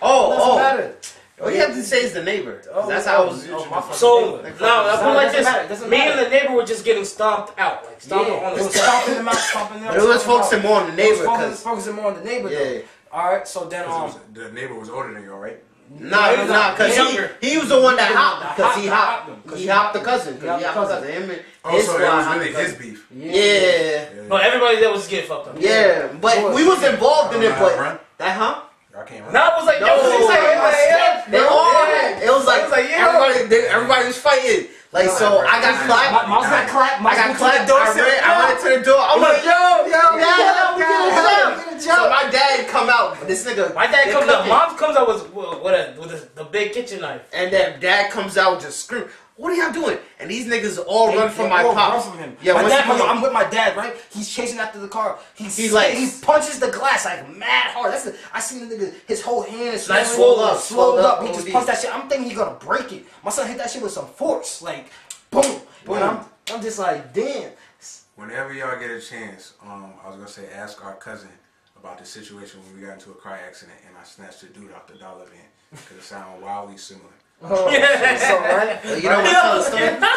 B: Oh,
D: Doesn't
B: oh.
D: matter.
B: All you have to say is the neighbor. 'Cause
D: Oh,
B: that's how I was.
D: oh, my fucking
C: So
D: neighbor.
C: now I put it like
D: Doesn't matter,
C: this:
D: doesn't
C: me
D: matter.
C: and the neighbor were just getting stomped out, like stomped
D: Yeah,
C: on
D: it
C: the
D: was
C: step.
D: stomping them out, stomping them out.
B: But it was
D: stomping them out.
B: focusing more on the
D: It was
B: neighbor,
D: focus-
B: 'cause-
D: Focusing more on the neighbor,
B: Yeah.
D: though. All right, so then,
A: 'Cause
D: um,
A: it was- The neighbor was older than you, all right?
B: Nah,
D: he's
B: nah,
D: a-
B: cause
D: he's
B: he,
D: younger.
B: he was the one that hopped, cause he
D: Hopped- hopped him,
B: hopped,
D: 'cause
B: he
D: he
B: hopped the cousin,
D: He
B: cause
D: hopped
B: he
D: the
B: hopped the cousin.
D: cousin.
B: Him and his
A: Also, Oh, it
B: squad
A: was
B: hopped
A: really
B: the
A: his
B: cousin.
A: beef.
B: Yeah,
C: No, everybody that was getting fucked up.
B: yeah, but
D: Boy.
B: we was involved in it,
A: Nah, bruh.
B: but that huh?
A: Y'all can't run.
C: Now it was like, that
B: No,
C: was exciting. Like, yeah,
B: they
C: bro,
B: all
C: yeah.
B: had. It was like,
C: It was like, yeah.
B: everybody, they, everybody was fighting. Like so, I got
D: My,
B: clapped.
D: my, my clap, my
B: I got clapped. I
D: said,
B: ran, I ran to the door. I'm like, yo, yo, yeah, we get a job. So my dad come out. This nigga,
C: My dad
B: they
C: comes up,
B: cooking.
C: mom comes out with with a, with a, the big kitchen knife.
B: And then dad comes out just scream, "What are y'all doing?" And these niggas all
D: They-
B: run from
D: they
B: my
D: all
B: pops.
D: run from him.
B: Yeah,
D: my
B: once
D: dad,
B: he-
D: my- I'm with my dad, right? He's chasing after the car. He's
B: He like-
D: he punches the glass like mad hard. That's the, I seen the nigga. His whole hand is
B: Like,
D: swollen
B: swollen
D: up,
B: up,
D: swollen
B: swollen
D: up.
B: up,
D: He just
B: OD.
D: punched that shit. I'm thinking he gonna break it. My son hit that shit with some force, like boom. boom. And I'm I'm just like damn.
A: Whenever y'all get a chance, um, I was gonna say ask our cousin about the situation when we got into a car accident and I snatched the dude off the dollar van because it sounded wildly similar.
D: Oh,
C: Yeah.
D: so, right?
B: you don't want to tell the story? Nah,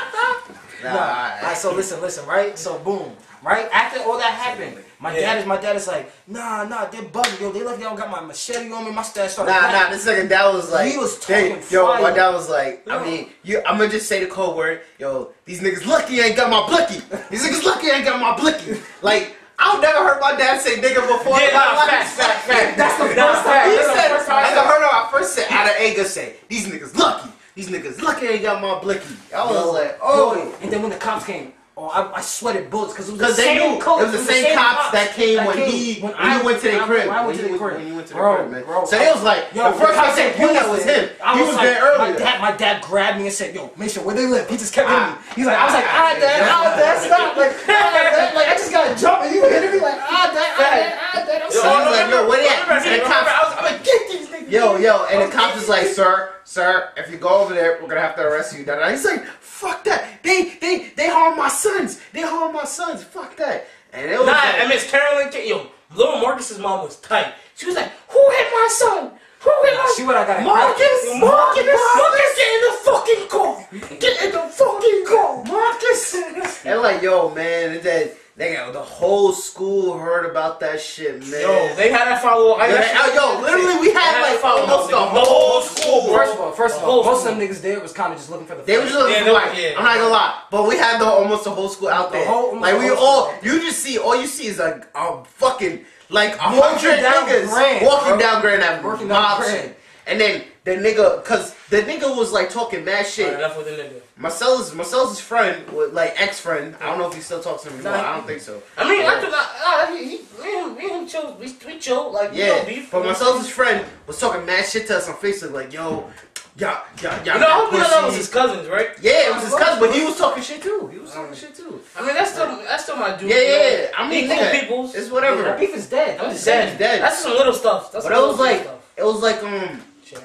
D: Nah.
B: alright.
D: Alright, so listen, listen, right? So boom, right? After all that happened, my
C: Yeah.
D: dad is my dad is like, nah, nah, they're bugging, yo. They like they don't got my machete on me. My stash started.
B: Nah, nah,
D: black.
B: this nigga, that was like,
D: He was
B: they-
D: talking
B: yo,
D: fire.
B: my dad was like, I
D: Yo.
B: mean, you, I'm gonna just say the code word, yo, these niggas lucky I ain't got my blicky. These niggas lucky I ain't got my blicky. Like, I've never heard my dad say nigga before.
C: Yeah,
B: in my
C: nah,
B: life.
C: facts, facts, facts.
D: That's the
C: Nah,
D: first
C: facts.
D: time.
B: He
C: That's the
B: said,
C: first time I
B: I
C: said-
B: heard him at first say, out of anger say, these niggas lucky. These niggas lucky I ain't got my blicky. I was like, oh.
D: And then when the cops came, oh, I, I sweated bullets because it was the
B: Because they
D: same
B: knew it
D: coach,
B: was the same, cops, that came when he when, you went to the
D: when
B: crib.
D: I went to
B: When
D: the
B: you-
D: crib.
B: When you went to the
D: Bro,
B: crib, man.
D: bro,
B: so it was like
D: Yo,
B: the first
D: I
B: person
D: said,
B: you
D: "Who
B: know was
D: is
B: him.
D: it?" I
B: he was
D: like,
B: there earlier.
D: My dad, my dad grabbed me and said, "Yo, Misha, where they live?" He just kept hitting me.
B: Ah.
D: He's like, I was like, "Ah, dad, ah, dad, stop!" Like, ah, dad, like I just got jumped and you hitting me like, "Ah, dad, ah, dad, ah, dad." I'm
B: Yo,
D: sorry.
B: I was like, yo, where they at?
C: Remember,
B: And the cops-
C: remember, I was, I'm like, get these niggas.
B: Yo, yo, and the cops is like, sir, sir, if you go over there, we're gonna have to arrest you. Da, da. He's like, fuck that. They, they, they harmed my sons. They harmed my sons. Fuck that. And it was
C: Nah,
B: like,
C: and Miss Carolyn, Ca- yo, little Marcus's mom was tight. She was like, who hit my son? Who hit my
D: She would have got it.
C: Marcus,
D: Marcus,
C: Marcus, Marcus, get in the fucking car. Get in the fucking car, Marcus.
B: and like, yo, man, and then they got the whole school heard about that shit, man.
C: Yo, they had that follow up. I
B: Yeah, uh, yo, literally, we had, like, almost the whole school,
D: First of all, first of all,
C: Whole
D: most of
C: school.
D: them niggas there was kind of just looking for the.
B: They were just looking
C: Yeah,
B: for
C: they-
B: like,
C: yeah.
B: I'm not gonna lie, but we had the almost the whole school out
D: The
B: there.
D: whole- almost
B: like
D: the
B: we
D: whole
B: all,
D: school.
B: you just see, all you see is like a fucking like a
D: Walking
B: hundred
D: down
B: niggas
D: Grand,
B: walking
D: bro.
B: down Grand Avenue,
D: Walking down
B: mob
D: Grand.
B: shit. And then the nigga, cause the nigga was like talking mad shit.
C: Enough with the nigga.
B: Marcellus, Marcellus' friend, wa- like ex friend, I don't know if he still talks to him anymore.
D: Nah,
B: I don't think so.
C: I mean, ah,
B: Yeah.
C: I could not. Nah, he, he, me, and, me and him chill. We, we chill. Like, we
B: Yeah,
C: don't beef.
B: but Marcellus' friend was talking mad shit to us on Facebook, like, yo, y'all, y'all, y'all.
C: You know, I hope you know that was
B: pussy.
C: his cousins, right?
B: Yeah, it was his cousin, but he was talking shit too. He was talking shit too.
C: I mean, that's still that's still my dude.
B: Yeah,
C: you know?
B: yeah, yeah. I mean,
C: They cool
B: nigga,
C: peoples.
B: It's
D: Whatever.
B: whatever.
D: That beef is dead.
C: I'm just
B: Dead,
C: saying.
B: dead.
C: That's some little stuff. That's
B: But it
C: some
B: was
C: little
B: like,
C: stuff.
B: it was like, um,
C: Sure.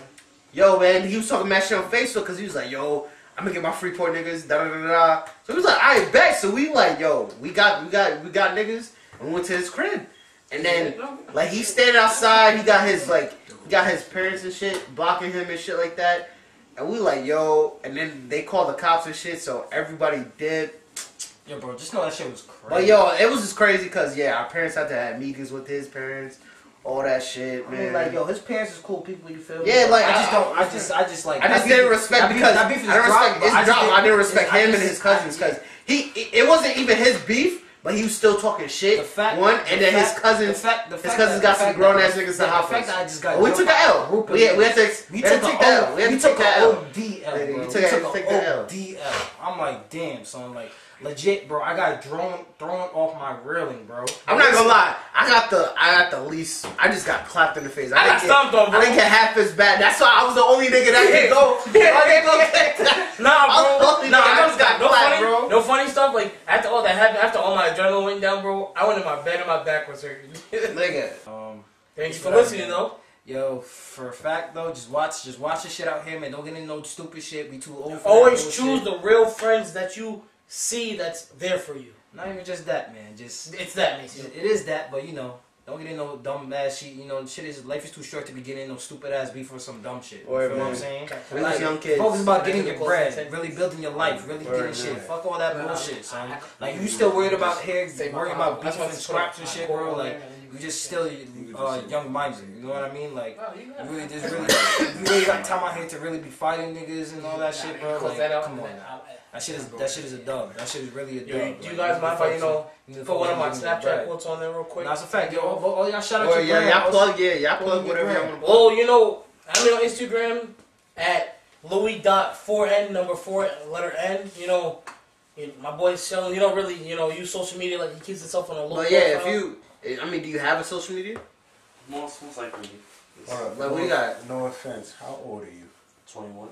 B: yo, man, he was talking mad shit on Facebook because he was like, yo, I'm gonna get my Freeport niggas, da da da da. So he was like, I bet. So we like, yo, we got, we got, we got niggas, and we went to his crib, and then like he standing outside, he got his like, he got his parents and shit blocking him and shit like that, and we like, yo, and then they called the cops and shit, so everybody did.
D: Yo, bro, just know that shit was crazy.
B: But yo, it was just crazy because yeah, our parents had to have meetings with his parents, all that shit,
D: I
B: man.
D: mean, like, yo, his parents is cool people. You feel me?
B: Yeah, like,
D: I
B: I-
D: just don't. I just, I just like.
B: I just didn't respect because I didn't respect his drop. I didn't respect him and his cousins because he it it wasn't even his beef, but he was still talking shit.
D: The fact,
B: one
D: the
B: and then his
D: fact-
B: cousins,
D: the fact- the
B: his
D: fact
B: cousins
D: that-
B: got
D: the
B: some
D: fact
B: grown
D: that-
B: ass niggas
D: the
B: to hop
D: fact that I
B: us.
D: just got
B: We took
D: jumped
B: the
D: by a
B: L.
D: group of
B: We had- we had to-
D: niggas.
B: we
D: we
B: had to
D: took
B: take
D: a
B: the
D: L.
B: L. We had to
D: We
B: take
D: took a
B: the L.
D: ODL,
B: Yeah,
D: bro.
B: you
D: We
B: took-
D: took
B: had to
D: a
B: take the L.
D: ODL. I'm like, damn, son. Like, legit, bro. I got thrown, thrown off my railing, bro.
B: I'm not gonna lie, I got the I got the least. I just got clapped in the face.
C: I got
B: didn't get-
C: stomped on, bro.
B: I didn't get half as bad. That's why I was the only nigga that could go. I didn't go get
C: Nah,
B: I was
C: bro.
B: lucky,
C: Nah,
B: nigga. I
C: I
B: just got
C: no
B: clapped,
C: funny,
B: bro.
C: no funny stuff. Like after all that happened, after all my adrenaline went down, bro, I went in my bed and my back was hurting.
B: Nigga,
D: Um,
C: Thank you for listening, though.
D: yo, for a fact though, just watch, just watch the shit out here, man. Don't get into no stupid shit. We too old. For
C: Always
D: that
C: choose
D: bullshit.
C: the real friends that you see that's there for you.
D: Not even just that, man. Just
C: It's that, Mason.
D: It is that, but you know, Don't get in no dumb ass shit. You know, shit is life is too short to be getting in no stupid ass beef for some dumb shit.
B: Word,
D: you feel what
B: man.
D: I'm saying?
B: We was young kids.
D: Focus about
C: That's
D: getting
C: the
D: your bread,
C: closest thing.
D: really building your life, really
B: Word,
D: getting shit.
B: man.
D: Fuck all that
C: Man, I-
D: bullshit, son.
C: I-
D: Like you still worried about hair,
F: Say my
D: worried
F: mom.
D: about
F: That's
D: beef
F: why
D: and
F: it's
D: scraps
C: I
D: and shit,
C: go
D: bro.
C: on
D: Like
C: there and
D: you
C: you
D: just
C: just
D: still
A: You
D: uh,
A: just-
D: young minded. You know what I mean? Like
C: Oh, you got
D: you
C: it.
D: really just really, you really got time out here to really be fighting niggas and all that shit, bro.
F: Close
D: Like,
F: that out.
D: come on. now. That shit is that shit is a dub. That shit is really a dub.
C: uh, Yo, do
D: Like,
C: you guys mind if I, you
D: fucking-
C: know,
D: you need to
C: put one of my
D: fucking give me the
C: Snapchat
D: bread.
C: quotes on there real quick?
D: Nah, it's a fact. Yo, all, all y'all shout out
B: Or
D: your brand.
B: yeah, y'all
D: Also-
B: plug. Yeah, y'all
D: Put
B: plug
D: your
B: whatever y'all
D: brand.
B: want to plug.
C: Well, you know, I'm on Instagram at Louis.4N, number four, letter N. You know, you- my boy Sheldon, he don't really, you know, use social media like he keeps himself on a low
B: But yeah, if
C: profile.
B: you, I mean, do you have a social media?
E: Most, most likely. It's
A: Hold up,
B: Like,
A: no,
B: we got-
A: No offense. How old are you?
E: 21.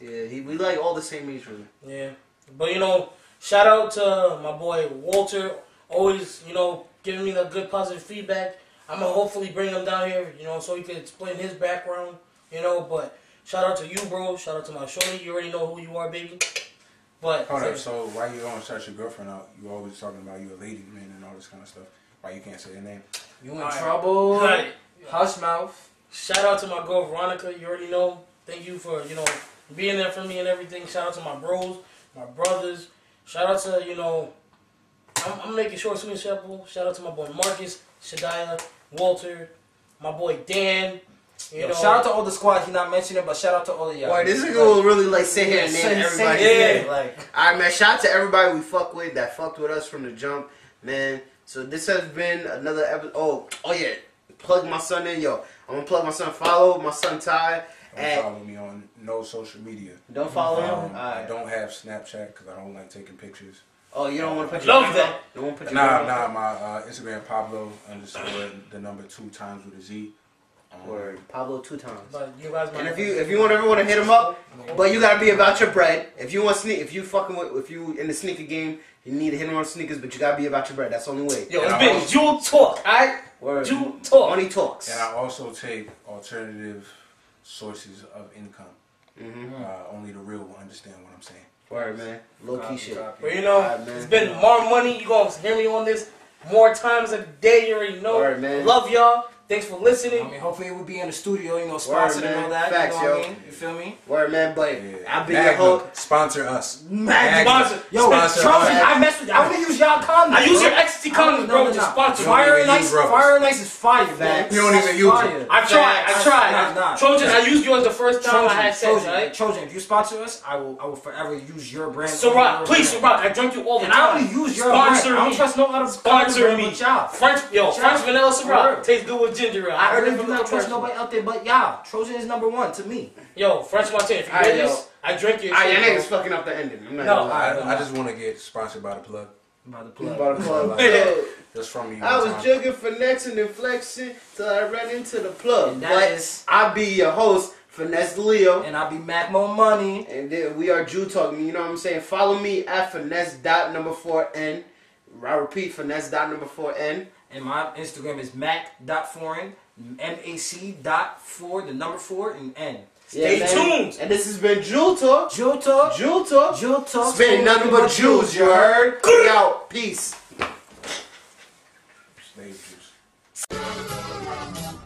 B: Yeah, he, we like all the same age really.
C: Yeah. But, you know, shout out to my boy Walter, always, you know, giving me the good positive feedback. I'm going to hopefully bring him down here, you know, so he could explain his background, you know, but shout out to you, bro. Shout out to my shorty. You already know who you are, baby. But,
A: Hold up. So why you don't shout your girlfriend out? You always talking about you a ladies man and all this kind of stuff. Why you can't say your name?
D: You in
C: Alright.
D: trouble?
C: Alright.
D: Hush mouth.
C: Shout out to my girl Veronica. You already know. Thank you for you know being there for me and everything. Shout out to my bros, my brothers. Shout out to you know. I'm, I'm making sure it's me and Sheppel. Shout out to my boy Marcus, Shadiah, Walter, my boy Dan. You
D: Yo,
C: know,
D: shout out to all the squad. He not mentioning, but shout out to all of y'all.
B: Boy, this
D: Like,
B: nigga will really like sit here
D: yeah,
B: and
D: same-
B: name
D: same
B: everybody.
D: here,
C: Yeah.
D: Like
B: All right, man. Shout out to everybody we fuck with that fucked with us from the jump, man. So this has been another episode. Oh, oh yeah. Plug my son in, yo. I'm gonna plug my son. Follow my son Ty.
A: Don't
B: Hey.
A: follow me on no social media.
B: Don't follow him.
A: Um, I
B: Alright.
A: don't have Snapchat because I don't like taking pictures.
B: Oh, you don't want to put
C: Love
B: your
C: that.
B: You won't put your
A: Nah, nah, my uh, Instagram Pablo underscore the number two times with a Z. Um,
B: Word. Pablo two times.
C: But you guys,
B: And if you if you want everyone to hit him up, but you gotta be about your bread. If you want sneak, if you fucking with, if you in the sneaker game, you need to hit him on sneakers. But you gotta be about your bread. That's the only way.
C: yo, it's been Jewel Talk. I
B: Word.
C: Jewel Talk.
B: Money talks.
A: And I also take alternative sources of income.
B: Mhm.
A: Uh, only the real will understand what I'm saying.
B: Word, man. Low key
D: Copy,
B: shit.
D: copy.
C: But you know,
B: Alright, man.
C: it's been more money. You gonna hear me on this more times a day. You already know.
B: Alright, man.
C: Love y'all. Thanks for listening.
D: I mean, hopefully it will be in the studio, you know, sponsored and
B: man.
D: all that.
B: Facts,
D: you know
B: yo.
D: what I mean? You feel me?
B: Word, man. But
A: Yeah.
B: I've been your
A: Magnum,
B: host.
A: Sponsor us.
D: Magnum.
C: Sponsor.
D: Yo,
A: Sponsor
D: trust me,
A: us.
D: I mess with. I want to use y'all condoms.
C: I use your
D: bro.
C: ecstasy condoms,
D: No, no,
C: bro.
D: no.
C: Just sponsor. me.
D: Fire
A: Fire
D: and
A: and
D: ice.
A: rubbers.
D: Fire and ice is fire, man.
B: You don't
A: even
D: That's
A: use
D: fire.
A: it.
C: I tried. I tried.
D: Nah, nah.
C: Trojan, I used yours the first time
D: Trojan,
C: I had sex,
D: Trojan,
C: right?
D: Trojan, if you sponsor us, I will. I will forever use your brand. over
C: Ciroc,
D: your
C: please,
D: brand.
C: Ciroc. I drank you all the
D: And
C: time.
D: I only use your
C: Sponsor
D: brand. I don't
C: me.
D: trust no other
C: Sponsor
D: brand
C: me.
D: but y'all.
C: French, yo,
D: Shout
C: French
D: out.
C: vanilla Ciroc
D: Word.
C: tastes good with ginger ale. I
D: I
C: heard
D: really
C: it
D: do
C: from the
D: not trust nobody out there but y'all. Trojan is number one to me.
C: Yo, French Montana, if you
B: Aight,
C: hear
B: yo.
C: this, I drink your
B: Ah,
C: shit.
B: that
C: bro.
B: nigga's fucking up the ending. I'm not
C: No,
B: gonna lie.
A: I, I just want to get sponsored by the plug.
D: By the plug.
B: About to plug.
A: Yeah.
B: Yo,
A: That's from me.
B: I
A: one
B: was
A: time.
B: jugging finessing and flexing till I ran into the plug.
D: And that
B: But
D: is-
B: I'll be your host, Finesse Leo.
D: And I be Mac Mo Money.
B: And then we are Jew talking. You know what I'm saying? Follow me at finesse dot number four n. I repeat, finesse dot number four n.
D: And my Instagram is mac.foreign, M-A-C dot four, the number four, and N.
C: Stay
B: man.
C: tuned.
B: And this has been Jew talk.
D: Jill Talk.
B: Jew talk.
D: Jill Talk.
B: It's been nothing but Jews. You heard? We out. Peace.
A: Slave juice.
G: Thank